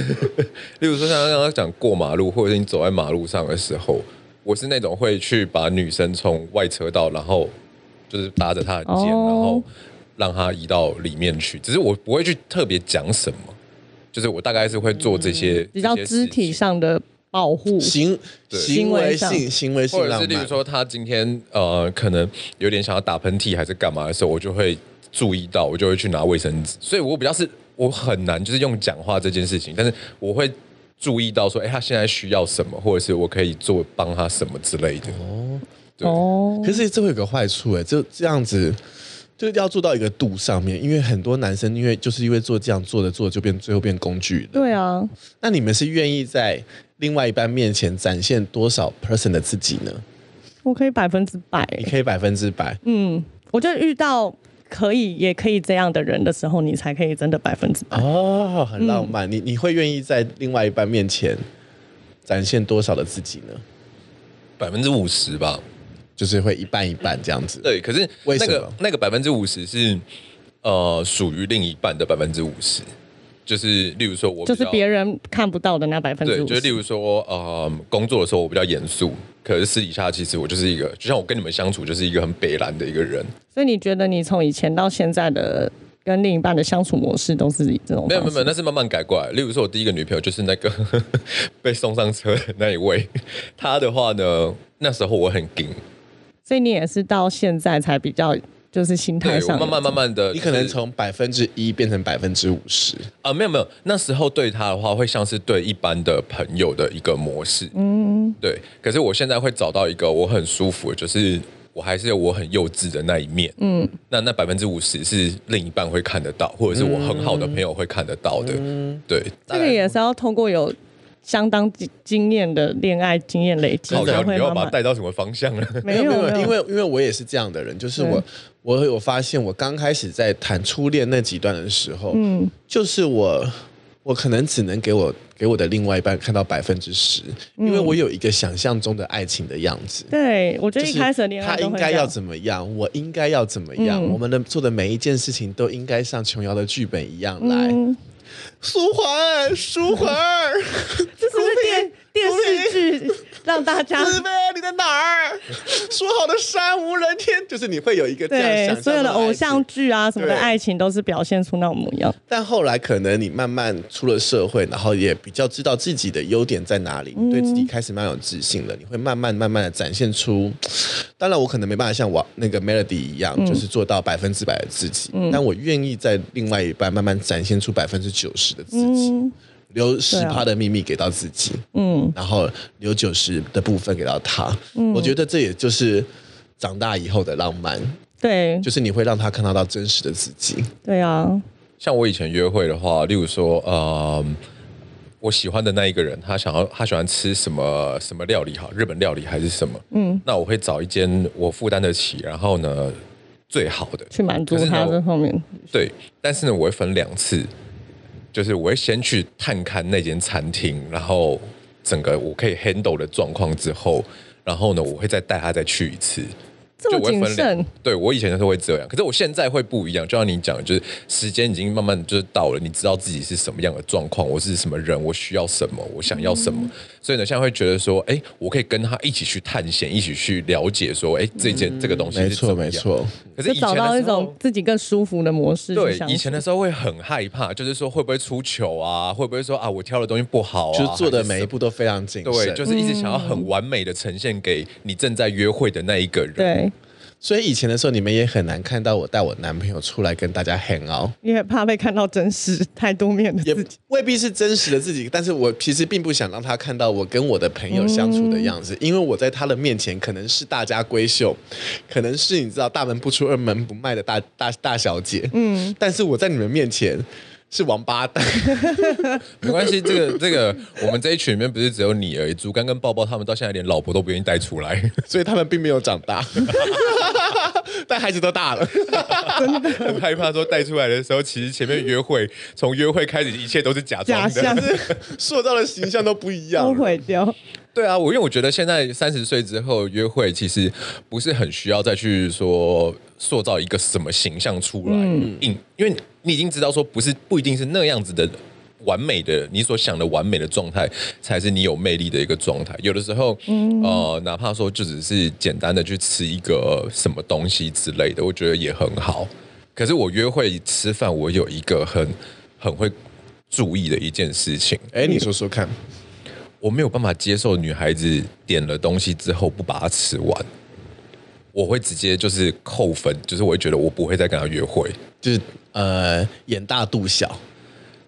例如说像刚刚讲过马路，或者是你走在马路上的时候，我是那种会去把女生从外车道，然后就是搭着她的肩，
哦
然后让它移到里面去，只是我不会去特别讲什么，就是我大概是会做这些、
嗯比较
这些事
肢体
情
上的保护，
行
对
行为性行为性
或者
浪
是例如
漫，
说他今天呃可能有点想要打喷嚏还是干嘛的时候，我就会注意到，我就会去拿卫生纸。所以我比较是我很难就是用讲话这件事情，但是我会注意到说，哎、他现在需要什么，或者是我可以做帮他什么之类的。对
哦
可，是这会有个坏处哎、就这样子。就是要做到一个度上面，因为很多男生因为就是因为做这样做的做的就变最后变工具的。
对啊，
那你们是愿意在另外一半面前展现多少 person 的自己呢？
我可以百分之百、
你可以百分之百，
嗯，我觉得遇到可以也可以这样的人的时候，你才可以真的百分之百。
哦，很浪漫。你你会愿意在另外一半面前展现多少的自己呢？
百分之五十吧，
就是会一半一半这样子。
对。可是
为
那
什
个
么
那个百分之五十是呃属于另一半的百分之五十，就是例如说我比
就是
较
别人看不到的那百分之
对，
五
就是例
十，
如说，呃，工作的时候我比较严肃，可是私底下其实我就是一个，就像我跟你们相处，就是一个很北蓝的一个人。
所以你觉得你从以前到现在的跟另一半的相处模式都哦是以这种
没有没有
方式
没有，那是慢慢改过来。例如说，我第一个女朋友就是那个 被送上车的那一位，她的话呢，那时候我很硬，
所以你也是到现在才比较就是心态
对我
上
慢慢慢慢的、
你可能
就是
从百分之一变成百分之五十，
啊、没有没有，那时候对他的话会像是对一般的朋友的一个模式，嗯，对。可是我现在会找到一个我很舒服的，就是我还是有我很幼稚的那一面，嗯。那那百分之五十是另一半会看得到，或者是我很好的朋友会看得到的，对。
嗯这个也是要通过有相当经经验的恋爱经验累积
好
才
像你
会
要
慢
把它
慢。
带到什么方向呢？
没有没有，
因为因为我也是这样的人，就是我我有发现，我刚开始在谈初恋那几段的时候，嗯，就是我我可能只能给我给我的另外一半看到百分之十，
嗯
因为我有一个想象中的爱情的样子。
对我觉
就
得一
是
开始的恋爱
他
都
应
会这
该要
样嗯
怎么样，我应该要怎么样，我们的做的每一件事情都应该像琼瑶的剧本一样来。
嗯
舒缓，舒缓，
这是不是 电电视剧让大 家
子飞，你在哪儿？说好的山无人天，就是你会有一个这样
对
想象
所有的
爱情
偶像剧啊什么的
对
爱情都是表现出那种模样？
但后来可能你慢慢出了社会，然后也比较知道自己的优点在哪里，你对自己开始蛮有自信了，你会慢慢慢慢的展现出。 当然，我可能没办法像我那个 Melody 一样，就是做到百分之百的自己，但我愿意在另外一半慢慢展现出百分之九十的自己。留十趴的秘密给到自己，嗯，然后留九十的部分给到他，我觉得这也就是长大以后的浪漫，
对
就是你会让他看到到真实的自己。
对啊，
像我以前约会的话，例如说，呃，我喜欢的那一个人，他想要他喜欢吃什么什么料理哈，日本料理还是什么？嗯，那我会找一间我负担得起，然后呢最好的
去满足
可是呢
他这
我
方面。
对，但是呢，我会分两次，就是我会先去探看那间餐厅，然后整个我可以 handle 的状况之后，然后呢，我会再带他再去一次。
这
就
么
我会
谨
分两
慎，
对我以前是会这样，可是我现在会不一样。就像你讲的，就是时间已经慢慢就是到了，你知道自己是什么样的状况，我是什么人，我需要什么，我想要什么。
嗯
所以呢，现在会觉得说，哎，我可以跟他一起去探险，一起去了解，说，哎，这件、这个东西
没
是怎
错，
么
嗯没
样。
错。
可是
就
以前
找到
的
一
时候
种自己更舒服的模式去
对
相，处。
以前的时候会很害怕，就是说会不会出糗啊？会不会说啊，我挑的东西不好啊？
就是做的
还是
每一
什么。
步都非常谨
对，
慎。
就是一直想要
嗯
很完美的呈现给你正在约会的那一个人。，
对，
所以以前的时候，你们也很难看到我带我男朋友出来跟大家 hang out，
因为怕被看到真实太多面的
也
自己。
未必是真实的自己，但是我其实并不想让他看到我跟我的朋友相处的
嗯
样子，因为我在他的面前可能是大家闺秀，可能是你知道大门不出二门不迈的大大大小姐，嗯，但是我在你们面前是王八蛋，
没关系，这个这个，我们这一群里面不是只有你而已，竹竿跟抱抱他们到现在连老婆都不愿意带出来。
所以他们并没有长大， 但孩子都大了。
很害怕说带出来的时候，其实前面约会从约会开始，一切都是假装
假
的。
象
塑造的形象都不一样
都
了，
毁 掉，
对啊，我因为我觉得现在三十岁之后约会，其实不是很需要再去说塑造一个什么形象出来，嗯，因为你已经知道说不是不一定是那样子的完美的，你所想的完美的状态才是你有魅力的一个状态。有的时候，呃，哪怕说就只是简单的去吃一个什么东西之类的，我觉得也很好。可是我约会吃饭，我有一个很很会注意的一件事情，
哎、你说说看，
我没有办法接受女孩子点了东西之后不把它吃完，我会直接就是扣分，就是我会觉得我不会再跟她约会，
就是呃，眼大肚小，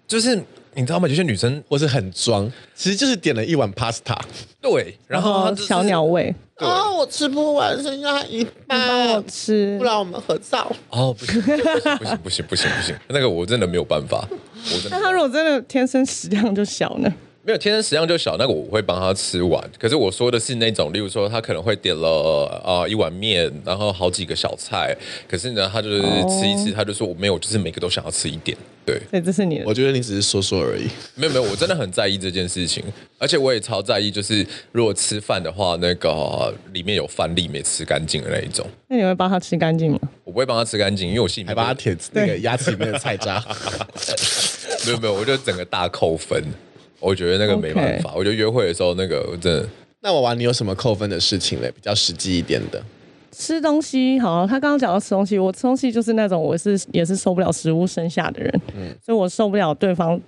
就是你知道吗？有些女生
或是很装，其实就是点了一碗 pasta，
对，然后她哦就是
哦小鸟胃，
啊，我吃不完，剩下一
呃
帮我吃，
我们合照。
哦，不行不行不行不行不行不行，那个我真的没有办法，我真的
那他如果真的天生食量就小呢？
没有天生食量就小，那个我会帮她吃完。可是我说的是那种，例如说她可能会点了呃一碗面，然后好几个小菜，可是呢，她就是吃一吃，
哦
她就说我没有，就是每个都想要吃一点，对。
所哎以这是你的
我觉得你只是说说而已。
没有没有，我真的很在意这件事情，而且我也超在意，就是如果吃饭的话，那个呃里面有饭粒没吃干净的那一种，
那你会帮他吃干净吗？
我不会帮他吃干净，因为我心里
还
面
把
会
它舔那个牙齿里面的菜 渣，
没有没有，我就整个大扣分，我觉得那个没办法我觉得约会的时候那个我真的
那娃娃，你有什么扣分的事情嘞？比较实际一点的，
吃东西好，他刚刚讲到吃东西，我吃东西就是那种我是也是受不了食物剩下的人，所以我受不了对方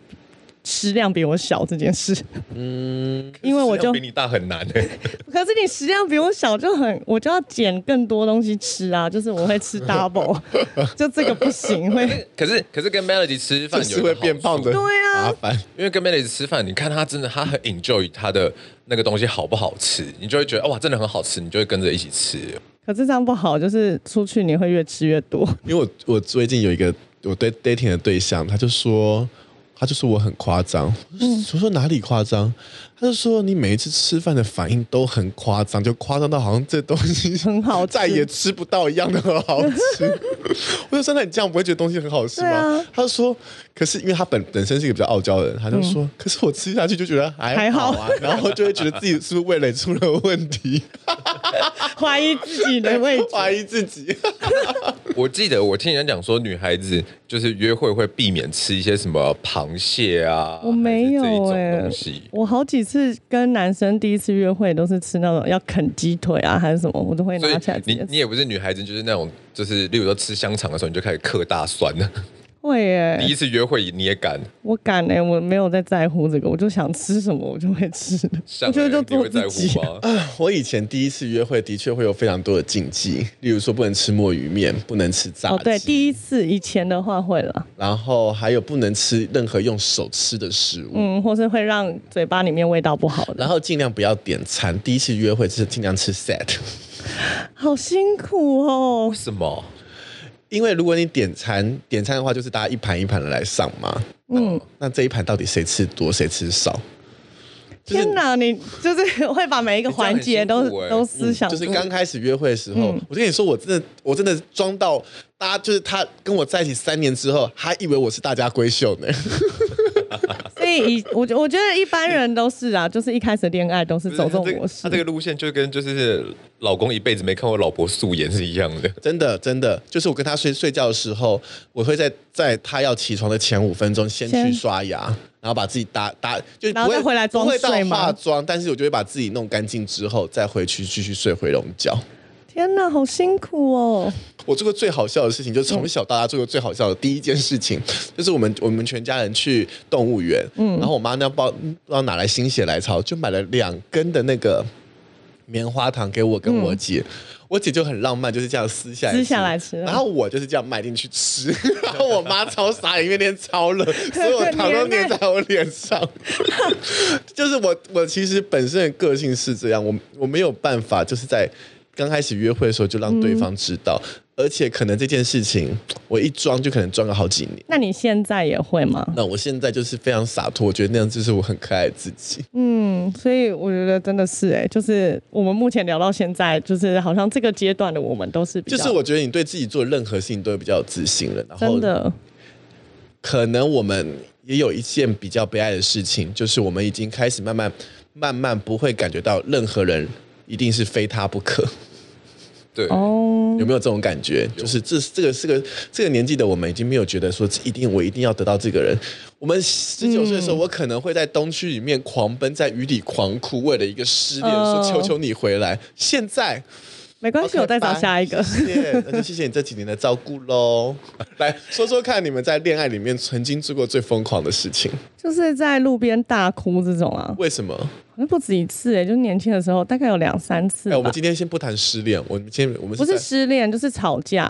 食量比我小这件事。嗯，因为我就
比你大很难、欸，
可是你食量比我小就很，我就要捡更多东西吃啊，就是我会吃 double，就这个不行会。
可是可是跟 Melody 吃饭有
是
一个
会变胖的，
好处
对啊
麻烦。
因为跟 Melody 吃饭，你看她真的她很 enjoy 她的那个东西好不好吃，你就会觉得哇真的很好吃，你就会跟着一起吃。
可是这样不好，就是出去你会越吃越多。
因为我我最近有一个我对 dating 的对象，他就说。他就说我很夸张，
嗯
我说哪里夸张？他就说你每一次吃饭的反应都很夸张，就夸张到好像这东西
很好吃
再也吃不到一样的很好 吃。我就说那你这样不会觉得东西很好吃吗？
对啊嗯
他就说，可是因为他本本身是一个比较傲娇的人，他就说，可是我吃下去就觉得还
还
好
好
啊，然后就会觉得自己是不是味蕾出了问题，。
怀疑自己的位置
怀疑自己。
我记得我听人家讲说，女孩子就是约会会避免吃一些什么螃蟹啊，
我没有
还是这一
哎、
种东西。
我好几次跟男生第一次约会都是吃那种要啃鸡腿啊还是什么，我都会
所以
拿起来直
你
接
你
吃。
也不是女孩子，就是那种就是，例如说吃香肠的时候，你就开始嗑大蒜 了。
会耶、
第一次约会你也敢，
我敢哎、我没有在在乎这个，我就想吃什么我就会吃。
像
我觉得就
你
做
会在
自己
乎
啊、
吗？
我以前第一次约会的确会有非常多的禁忌，例如说不能吃墨鱼面，不能吃炸鸡，
哦，对，第一次以前的话会了，
然后还有不能吃任何用手吃的食物。
嗯，或是会让嘴巴里面味道不好的，
然后尽量不要点餐，第一次约会就是尽量吃 set，
好辛苦哦
为。什么？
因为如果你点餐，点餐的话就是大家一盘一盘的来上嘛，嗯，那这一盘到底谁吃多谁吃少？就是
天哪，你就是 会把每一个环节都、
你这样很辛苦欸
都思想、嗯
就是刚开始约会的时候，我跟你说，我真的我真的装到大家就是他跟我在一起三年之后，他以为我是大家闺秀呢。
所以以我觉我觉得一般人都是啊，就是一开始恋爱都是
不是
走这种
他个啊
模式
他。这个路线就跟就是老公一辈子没看过老婆素颜是一样的。
真的，真的，就是我跟他睡睡觉的时候，我会在在他要起床的前五分钟先去
先
刷牙，然后把自己打打，就是不
然后
会
再回来装
不会到
睡吗
化妆，但是我就会把自己弄干净之后再回去继续睡回笼觉。
天哪，好辛苦哦！
我做过最好笑的事情，就是
嗯
从小到大做过最好笑的第一件事情，就是我们我们全家人去动物园，
嗯
然后我妈呢不知道不知道哪来心血来潮，就买了两根的那个棉花糖给我跟我姐。我姐就很浪漫，就是这样撕下来
嗯撕下来吃
然后我就是这样买进去吃， 然后我妈超傻眼，因为那天超冷， 所有糖都粘在我脸上。 就是我，我其实本身的个性是这样，我我没有办法，就是在刚开始约会的时候就让对方知道，而且可能这件事情我一装就可能装个好几年。
那你现在也会吗？
那我现在就是非常洒脱，我觉得那样就是我很可爱的自己。
嗯，所以我觉得真的是哎、就是我们目前聊到现在，就是好像这个阶段的我们都是比
就
较
是我觉得你对自己做任何事情都会比较有自信了，然后
真的
可能我们也有一件比较悲哀的事情，就是我们已经开始慢慢慢慢不会感觉到任何人一定是非他不可。
对，
哦，
有没有这种感觉？就是这这个是个这个年纪的我们已经没有觉得说一定我一定要得到这个人。我们十九岁的时
嗯
候，我可能会在东区里面狂奔，在雨里狂哭，为了一个失恋说
哦
求求你回来。现在
没关系，我再找下一个。
谢谢，那就谢谢你这几年的照顾喽。来说说看，你们在恋爱里面曾经做过最疯狂的事情，
就是在路边大哭这种啊，
为什么？
好像不止一次哎、就年轻的时候大概有两三次
哎、
吧。
我们今天先不谈失恋，我们先我们
不是
在
失恋，就是吵架。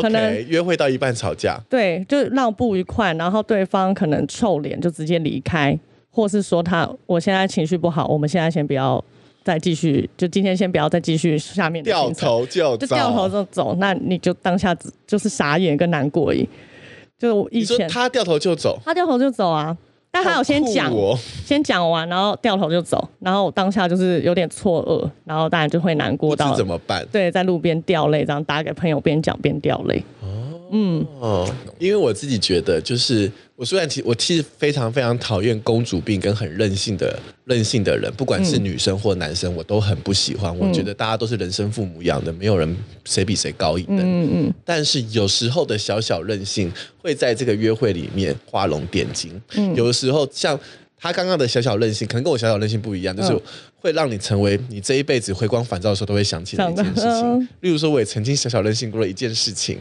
可能
OK，约会到一半吵架，
对，就闹不愉快，然后对方可能臭脸就直接离开，或是说他我现在情绪不好，我们现在先不要再继续，就今天先不要再继续下面的
掉
行程
头就
就
走。
掉头就走，那你就当下只就是傻眼跟难过而已。就我以
你说
前
他掉头就走，
他掉头就走啊，但他有先讲，
好酷哦
先讲完，然后掉头就走，然后我当下就是有点错愕，然后当然就会难过
不知
到
怎么办。
对，在路边掉泪，这样打给朋友边讲边掉泪。
哦，因为我自己觉得，就是我虽然其我其实非常非常讨厌公主病跟很任性的任性的人，不管是女生或男生，我都很不喜
嗯
欢。我觉得大家都是人生父母养的，没有人谁比谁高一等。
嗯嗯，
但是有时候的小小任性会在这个约会里面画龙点睛。
嗯
有的时候像他刚刚的小小任性，可能跟我小小任性不一样，就是
嗯
会让你成为你这一辈子回光返照的时候都会想起的一件事
想到
情
嗯。
例如说，我也曾经小小任性过的一件事情。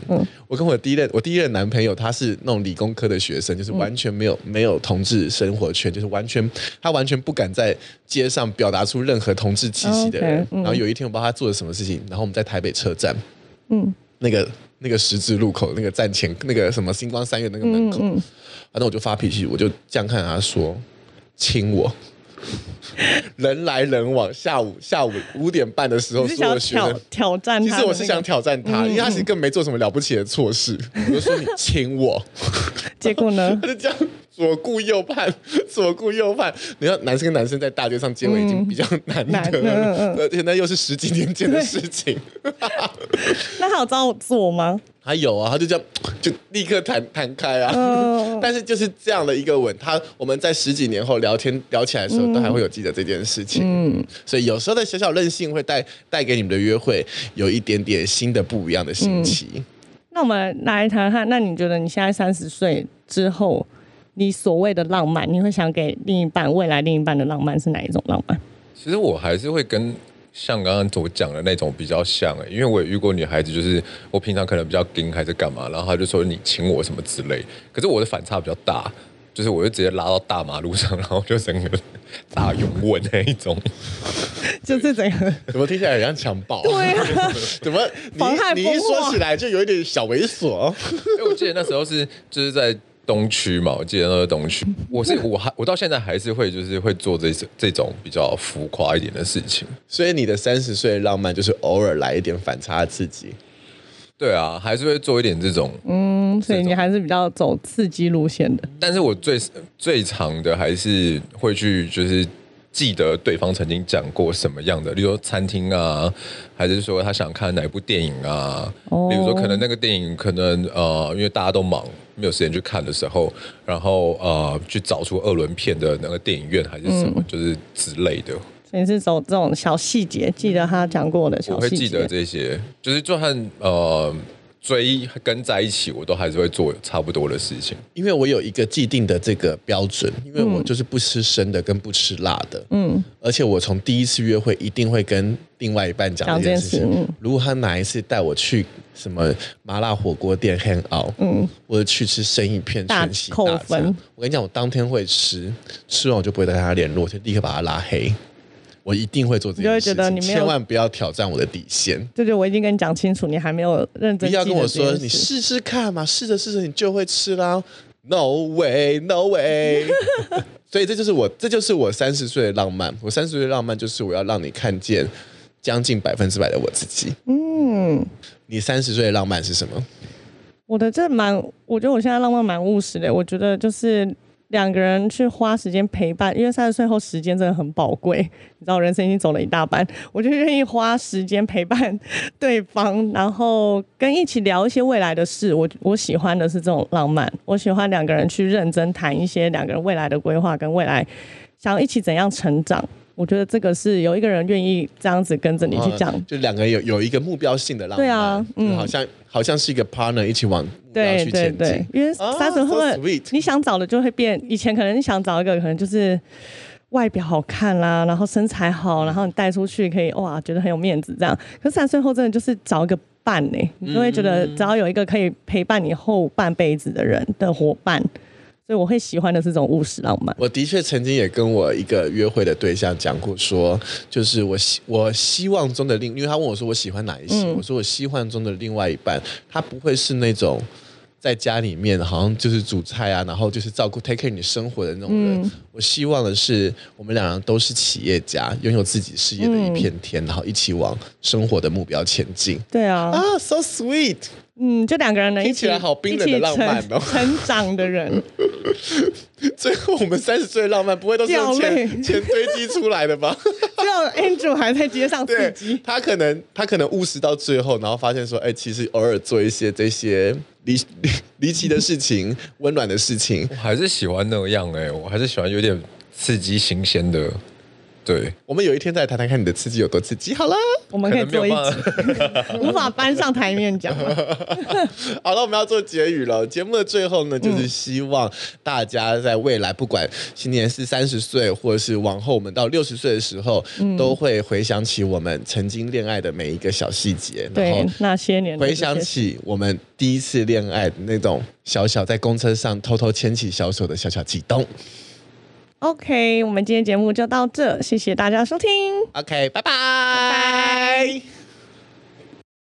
我跟我第一任我第一任男朋友，他是那种理工科的学生，就是完全没有、没有同志生活圈，就是完全他完全不敢在街上表达出任何同志气息的人。
OK，嗯
然后有一天我不知道他做了什么事情，然后我们在台北车站。
嗯
那个那个十字路口那个站前那个什么星光三月那个门口，
嗯
反正我就发脾气，我就这样看他说亲我。 人来人往，下午下午五点半的时候，
你是
所有
想
的学生
挑挑战
其
他、
实我是想，挑战
嗯
他，因为他其实根本没做什么了不起的错事。我就说你亲我，
结果呢
他？就这样左顾右盼， 左顾右盼。你看男生跟男生在大街上接吻已经比较难
嗯难
得
嗯
了
嗯，
而且那又是十几年前的事情。
那他有照做吗？
还有 啊，他就这样就立刻弹弹开啊。
嗯
但是就是这样的一个吻，他我们在十几年后聊天聊起
嗯
来的时候，都还会有记得这件事情。嗯，所以有时候的小小任性会带带给你们的约会有一点点新的不一样的新奇。
嗯那我们来谈谈，那你觉得你现在三十岁之后，你所谓的浪漫，你会想给另一半未来另一半的浪漫是哪一种浪漫？
其实我还是会跟像刚刚我讲的那种比较像、欸，因为我也遇过女孩子，就是我平常可能比较硬还是干嘛，然后她就说你请我什么之类，可是我的反差比较大，就是我就直接拉到大马路上，然后就整个 大拥吻那一种。
就是整个
怎么听起来很像强暴？
对啊，
怎么
妨害
你你
风
一说
化
起来就有一点小猥琐？
因为哎我记得那时候是就是在东区嘛，我记得那时候在东区，我是我还我到现在还是会就是会做这这种比较浮夸一点的事情。
所以你的三十岁浪漫就是偶尔来一点反差的刺激。
对啊，还是会做一点这种，
嗯，所以你还是比较走刺激路线的。
但是我最最长的还是会去就是记得对方曾经讲过什么样的，例如说餐厅啊，还是说他想看哪部电影啊，
哦
例如说可能那个电影可能呃，因为大家都忙没有时间去看的时候，然后呃去找出二轮片的那个电影院还是什
嗯
么，就是之类的，
所以你是走这种小细节，记得他讲过的
我
小
会
细
记得
节。
这些，就是就算呃追跟在一起，我都还是会做差不多的事情。
因为我有一个既定的这个标准，
嗯
因为我就是不吃生的跟不吃辣的，嗯，而且我从第一次约会一定会跟另外一半讲
讲
这件
这件
事情。
事嗯
如果他哪一次带我去什么麻辣火锅店 hang out，嗯，或者去吃生鱼片
大
全席
扣
大餐
分，
我跟你讲，我当天会吃，吃完我就不会再跟他联络，我就立刻把他拉黑。我一定会做这
你就
件
会
事
觉得
情，
你没有
千万不要挑战我的底线。
就就我已经跟你讲清楚，你还没有认
不
真。
要跟我说你，试试看嘛，试着试着你就会吃啦。No way, no way。所 以这就是我，这就是我三十岁的浪漫。我三十岁的浪漫就是我要让你看见将近百分之百的我自己。
嗯，
你三十岁的浪漫是什么？
我的这蛮，我觉得我现在浪漫蛮务实的。我觉得就是两个人去花时间陪伴，因为三十岁后时间真的很宝贵，你知道，人生已经走了一大半，我就愿意花时间陪伴对方，然后跟一起聊一些未来的事。我我喜欢的是这种浪漫，我喜欢两个人去认真谈一些两个人未来的规划跟未来想要一起怎样成长。我觉得这个是有一个人愿意这样子跟着你去讲
啊就两个人有有一个目标性的浪漫，
对啊嗯
就好像好像是一个 partner 一起往目标
对
去
对
前
对
进，。
因为
啊
三十
so
后
sweet
你想找的就会变，以前可能你想找一个可能就是外表好看啦，然后身材
嗯
好，然后你带出去可以哇，觉得很有面子这样。可是三十岁后真的就是找一个伴呢、你就会觉
嗯
得只要有一个可以陪伴你后半辈子的人的伙伴，所以我会喜欢的是这种务实浪漫。
我的确曾经也跟我一个约会的对象讲过说，就是我希我希望中的另，因为他问我说我喜欢哪一型，
嗯
我说我希望中的另外一半，他不会是那种在家里面好像就是煮菜啊，然后就是照顾 take care 你生活的那种
嗯
人。我希望的是我们两人都是企业家，拥有自己事业的一片天，然后一起往生活的目标前进。
对啊，
啊，so sweet，
嗯，就两个人能一
听
起
起来好冰冷的浪漫哦
一起成成长的人，
最后我们三十岁的浪漫不会都是用
掉
钱
泪
钱堆积出来的吧？
只有 Andrew 还在街上刺
对
激。
他可能他可能务实到最后，然后发现说，哎、其实偶尔做一些这些离 离离奇的事情、温暖的事情，
我还是喜欢那样哎、我还是喜欢有点刺激新鲜的，对，
我们有一天再谈谈看你的刺激有多刺激。好了，
我们可以
能没
做一
有办
集，
法。
无法搬上台面讲嘛。
好了，我们要做结语了。节目的最后呢，就是希望大家在未来，不管今年是三十岁，或者是往后我们到六十岁的时候，都会回想起我们曾经恋爱的每一个小细节，然后
对，那些 年的
回
这些
想起我们第一次恋爱的那种小小在公车上偷偷牵起小手的小小悸动。
OK，我们今天节目就到这，谢谢大家收听。
OK，拜拜。